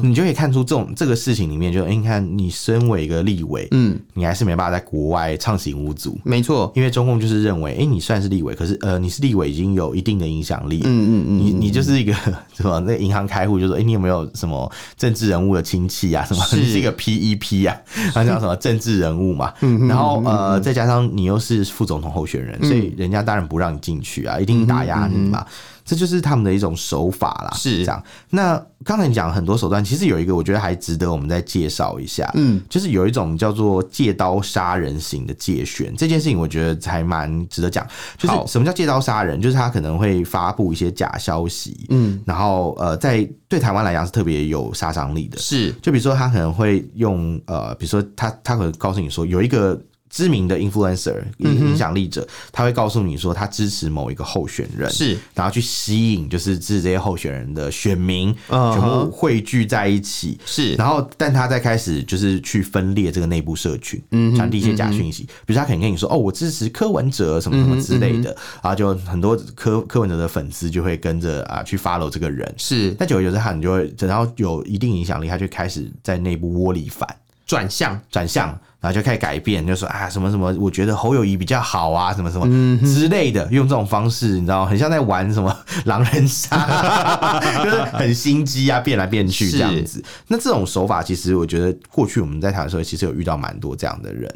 A: 子，你就可以看出这种这个事情里面就，诶哎你看你身为一个立委，
B: 嗯，
A: 你还是没办法在国外畅行无阻，
B: 没错。
A: 因为中共就是认为，诶，哎你算是立委，可是呃，你是立委已经有一定的影响力，
B: 嗯嗯嗯，
A: 你你就是一个 什么？那银行开户就说，哎、你有没有什么政治人物的亲戚啊？什么？
B: 是
A: 你是一个 PEP 啊，然后叫什么政治人物嘛？
B: 嗯
A: 然后呃，再加上你又是副总统候选人，所以人家当然不让你进去啊，一定打压你
B: 嗯
A: 嘛。这就是他们的一种手法啦，
B: 是
A: 这样。那刚才你讲了很多手段，其实有一个我觉得还值得我们再介绍一下，
B: 嗯，
A: 就是有一种叫做借刀杀人型的借选这件事情，我觉得还蛮值得讲。就是
B: 好
A: 什么叫借刀杀人？就是他可能会发布一些假消息，
B: 嗯，
A: 然后呃，在对台湾来讲是特别有杀伤力的。
B: 是
A: 就比如说，他可能会用呃，比如说他他可能告诉你说有一个。知名的 influencer
B: 嗯
A: 影影响力者，他会告诉你说他支持某一个候选人，
B: 是，
A: 然后去吸引就是支持这些候选人的选民，
B: 嗯
A: 全部
B: 哼
A: 汇聚在一起，
B: 是，
A: 然后，但他再开始就是去分裂这个内部社群，
B: 嗯哼嗯
A: 传递一些假讯息。比如他可能跟你说：“哦，我支持柯文哲什么什么之类的。然后就很多柯柯文哲的粉丝就会跟着啊去 follow 这个人。
B: 是
A: 但久而久之，他你就会，然后有一定影响力，他就开始在内部窝里反
B: 转向，
A: 转向，然后就开始改变，就说啊什么什么，我觉得侯友谊比较好啊，什么什
B: 嗯
A: 么之类的，用这种方式，你知道，很像在玩什么 狼人 杀，就是很心机啊，变来变去这样子。那这种手法，其实我觉得过去我们在谈的时候，其实有遇到蛮多这样的人。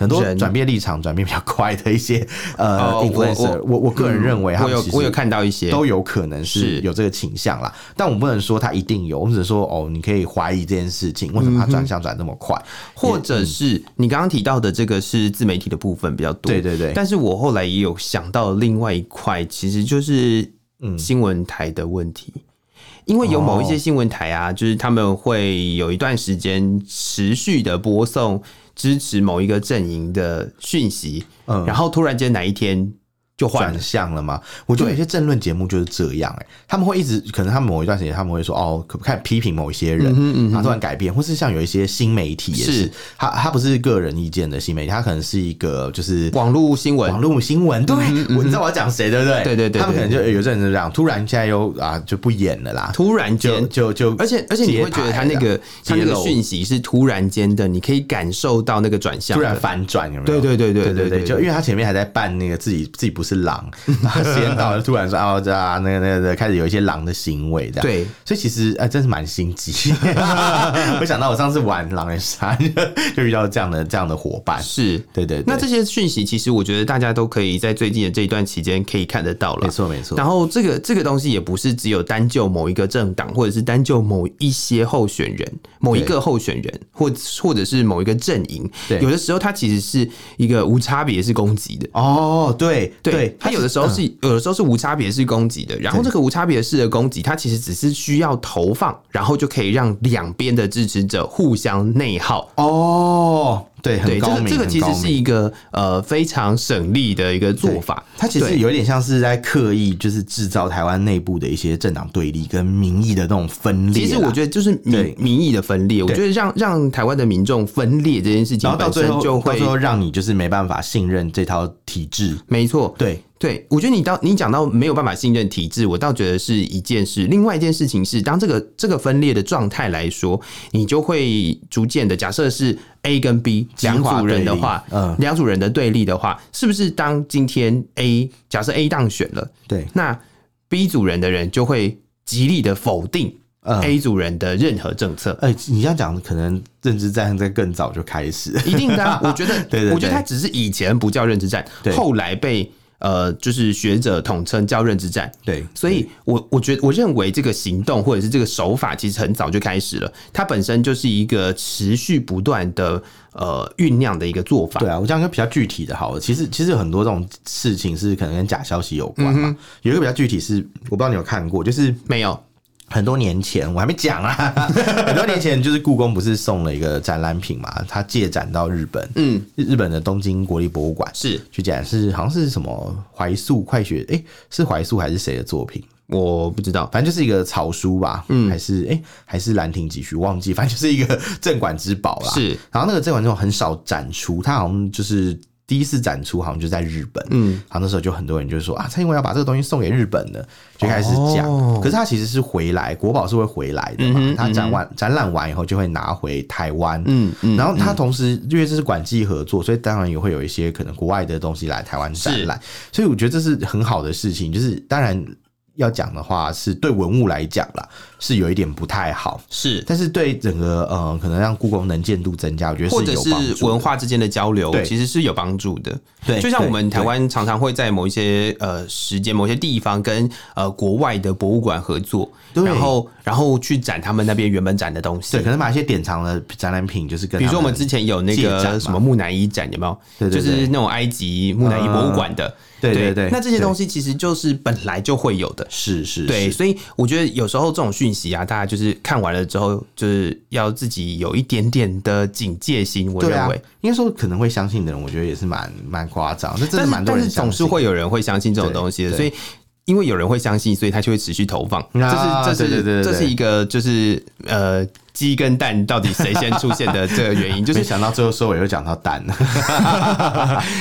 A: 很多
B: 人
A: 转变立场、转变比较快的一些呃
B: 哦我嗯
A: influencer，我我个人认哎为他
B: 我
A: 们
B: 有
A: 其实
B: 我有看到一些，
A: 都有可能是
B: 是
A: 有这个倾向啦，但我们不能说他一定有，我们只是说哦，你可以怀疑这件事情，为什
B: 嗯
A: 么他转向转那么快？
B: 或者是你刚刚提到的这个是自媒体的部分比较多，
A: 对对对，
B: 但是我后来也有想到另外一块，其实就是
A: 嗯
B: 新闻台的问题。因为有某一些新闻台
A: 哦
B: 啊，就是他们会有一段时间持续的播送支持某一个阵营的讯息，
A: 嗯
B: 然后突然间哪一天就换
A: 转
B: 了，
A: 向了吗？我觉得有些政论节目就是这样、欸，他们会一直，可能他们某一段时间他们会说，哦，可不看批评某一些
B: 嗯
A: 人，然后突然改变，或是像有一些新媒体也是，
B: 是
A: 他他不是个人意见的新媒体，他可能是一个就是
B: 网嗯络新闻
A: 网络新闻，对，我你知道我要讲谁，对不对？
B: 对对对
A: 他们可能就
B: 对
A: 有一阵子就这样，突然现在又啊就不演了啦，
B: 突然
A: 就
B: 间。
A: 就就，
B: 而且而且你会觉得他那个他那
A: 揭
B: 个
A: 露
B: 讯息是突然间的，你可以感受到那个转向
A: 突
B: 的，
A: 然反转，有没有？
B: 对对对对
A: 对对
B: 对
A: 对，
B: 对，
A: 就因为他前面还在扮那个自己自己不是狼，然后时间到了突然说哦这啊那个那个开始有一些狼的行为这样。
B: 对
A: 所以其实哎、呃真是蛮心 机。我想到我上次玩狼人杀就遇到这样的这样的伙伴，
B: 是
A: 对对对，
B: 那这些讯息，其实我觉得大家都可以在最近的这一段期间可以看得到
A: 没
B: 了。
A: 错没错，
B: 然后这个这个东西也不是只有单就某一个政党，或者是单就某一些候选人、某一个候选人，或或者是某一个阵营
A: 对，
B: 有的时候它其实是一个无差别式攻击的。
A: 哦，对
B: 对
A: 对嗯
B: 他有的时候是、有的时候是无差别式攻击的，然后这个无差别式的攻击，它其实只是需要投放，然后就可以让两边的支持者互相内耗。
A: 哦，对，很
B: 对，这
A: 高
B: 个
A: 明，
B: 这个
A: 很
B: 其
A: 高
B: 实
A: 明
B: 是一个呃非常省力的一个做法。
A: 它其实
B: 对
A: 有一点像是在刻意就是制造台湾内部的一些政党对立跟民意的那种分裂啦。
B: 其实我觉得就是民
A: 对
B: 民意的分裂，我觉得让让台湾的民众分裂这件事情
A: 然后到
B: 本
A: 最
B: 身
A: 后
B: 就
A: 到
B: 会
A: 最后让你就是没办法信任这套体制。
B: 没错，
A: 对，
B: 对，我觉得你到你讲到没有办法信任体制，我倒觉得是一件事。另外一件事情是，当这个这个分裂的状态来说，你就会逐渐的，假设是 A 跟 B
A: 激化
B: 两组人的
A: 对立
B: 话，
A: 嗯
B: 两组人的对立的话，是不是当今天 A 假设 A 当选了，
A: 对，
B: 那 B 组人的人就会极力的否定
A: 嗯
B: A 组人的任何政 策？
A: 哎、你这样讲，可能认知战在更早就开始了。
B: 一定的、啊，我觉得，
A: 对对对
B: 我觉得它只是以前不叫认知战，
A: 对
B: 后来被呃就是学者统称叫认知战。
A: 对，
B: 所以我我觉得我认为这个行动或者是这个手法其实很早就开始了，它本身就是一个持续不断的呃酝酿的一个做法。
A: 对啊，我讲个比较具体的好了。其实其实有很多这种事情是可能跟假消息有关嘛。有一个比较具体是，我不知道你有看过，就是
B: 没有，
A: 很多年前，我还没讲啊，很多年前就是故宫不是送了一个展览品嘛，它借展到日本，
B: 嗯，
A: 日本的东京国立博物馆
B: 是
A: 去展是好像是什么怀素快雪，诶、是怀素还是谁的作品？
B: 我不知道。
A: 反正就是一个草书吧，嗯，还是诶、还是兰亭集序，忘记，反正就是一个镇馆之宝啦。
B: 是，
A: 然后那个镇馆之宝很少展出，它好像就是。第一次展出好像就在日本，
B: 嗯，
A: 然后那时候就很多人就说啊，蔡英文要把这个东西送给日本的，就开始讲。
B: 哦
A: 可是它其实是回来，国宝是会回来的嘛，
B: 嗯哼
A: 它展完、展览完以后就会拿回台湾，
B: 嗯嗯
A: 然后它同时因为这是馆际合作，所以当然也会有一些可能国外的东西来台湾展览，所以我觉得这是很好的事情，就是当然。要讲的话，是对文物来讲啦，是有一点不太好，
B: 是，
A: 但是对整个呃，可能让故宫能见度增加，我觉得
B: 或者
A: 有帮助
B: 是
A: 的
B: 文化之间的交流，
A: 对
B: 其实是有帮助的。
A: 对
B: 就像我们
A: 对
B: 台湾常常会在某一些呃时间、某些地方跟呃国外的博物馆合作，
A: 对
B: 然后然后去展他们那边原本展的东西
A: 对，。可能把一些典藏的展览品，就是跟
B: 比如说我
A: 他
B: 们之前有那
A: 借展
B: 个
A: 嘛
B: 什么木乃伊展，有没有？
A: 对对对
B: 就是那种埃及木乃伊博物馆的。
A: 对对对
B: 那这些
A: 对
B: 东西其实就是本来就会有的。
A: 是是
B: 对，
A: 是
B: 所以我觉得有时候这种讯息啊，大家就是看完了之后，就是要自己有一点点的警戒心。我
A: 对
B: 认
A: 啊
B: 为，，
A: 应该说可能会相信的人，我觉得也是蛮蛮夸张，这真
B: 但
A: 的
B: 是
A: 蛮多人
B: 但是
A: 相
B: 总是
A: 信
B: 会有人会相信这种
A: 对
B: 东西的，
A: 对
B: 所以。因为有人会相信，所以他就会持续投放。
A: 啊
B: 这是这是
A: 对对对对
B: 这是一个就是呃鸡跟蛋到底谁先出现的这个原因，就
A: 没
B: 是
A: 想到最后收尾又讲到蛋，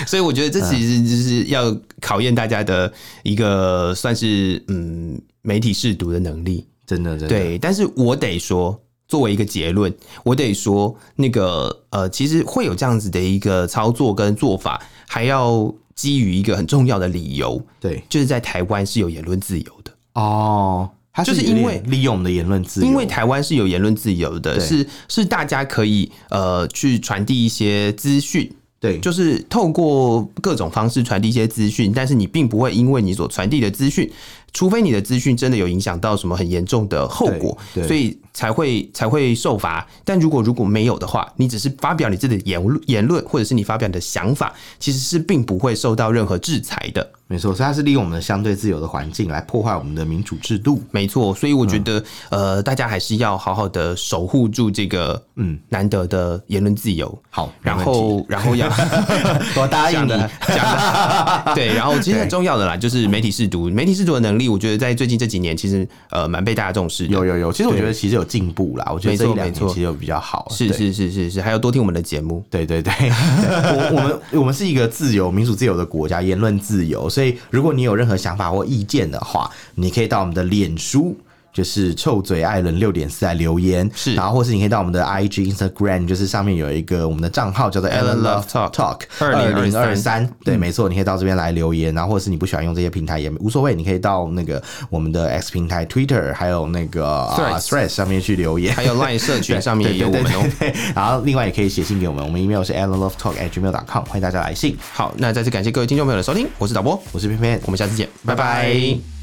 B: 所以我觉得这其实就是要考验大家的一个算是嗯媒体试读的能力。
A: 真的真的
B: 对，但是我得说，作为一个结论，我得说，那个呃，其实会有这样子的一个操作跟做法，还要基于一个很重要的理由，
A: 对
B: 就是在台湾是有言论自由的。
A: 哦，他
B: 就是
A: 有
B: 因
A: 点
B: 为
A: 利用我们的言论自由，
B: 因为台湾是有言论自由的，
A: 对
B: 是是大家可以呃去传递一些资讯，
A: 对
B: 就是透过各种方式传递一些资讯，但是你并不会因为你所传递的资讯，除非你的资讯真的有影响到什么很严重的后果，
A: 对对
B: 所以才会才会受罚。但如果如果没有的话，你只是发表你自己的言论言论，或者是你发表你的想法，其实是并不会受到任何制裁的。
A: 没错，所以他是利用我们的相对自由的环境来破坏我们的民主制度。
B: 没错，所以我
A: 嗯
B: 觉得、呃，大家还是要好好的守护住这个嗯
A: 嗯
B: 难得的言论自由。
A: 好，
B: 然
A: 没问题
B: 后，然后要
A: 我答应
B: 讲
A: 你
B: 的，讲 的，对，然后其实很重要的啦，就是媒体试读，媒体试读的能力，我觉得在最近这几年其实呃蛮被大家重视的。
A: 有有有，其实我
B: 对
A: 觉得其实有进步啦，我觉得
B: 没
A: 这
B: 错
A: 一两
B: 没
A: 年
B: 错
A: 其实有比较好，啊
B: 是
A: 对
B: 是是是是，还有多听我们的 节目。
A: 对对对，对我我们我们是一个自由、民主、自由的国家，言论自由。所以，如果你有任何想法或意见的话，你可以到我们的脸书。就是臭嘴艾伦六点四来留言，
B: 是
A: 然后或是你可以到我们的 I G Instagram，就是上面有一个我们的账号叫做
B: Alan
A: Alan
B: Love
A: Love
B: Talk
A: Talk Talk
B: 2023
A: 二三，嗯对，没错，你可以到这边来留言，然后或者是你不喜欢用这些平台也无所谓，你可以到那个我们的 X 平台 Twitter，还有那个啊
B: Threads
A: Threads 上面去留言，
B: 还有 LINE 社群上面也有我们哦、
A: 对，然后另外也可以写信给我们，我们 email 是 alanlovetalk@gmail.com，欢迎大家来信。
B: 好，那再次感谢各位听众朋友的收听，我是导播，
A: 我是偏偏，
B: 我们下次见，拜
A: 拜
B: 拜
A: 拜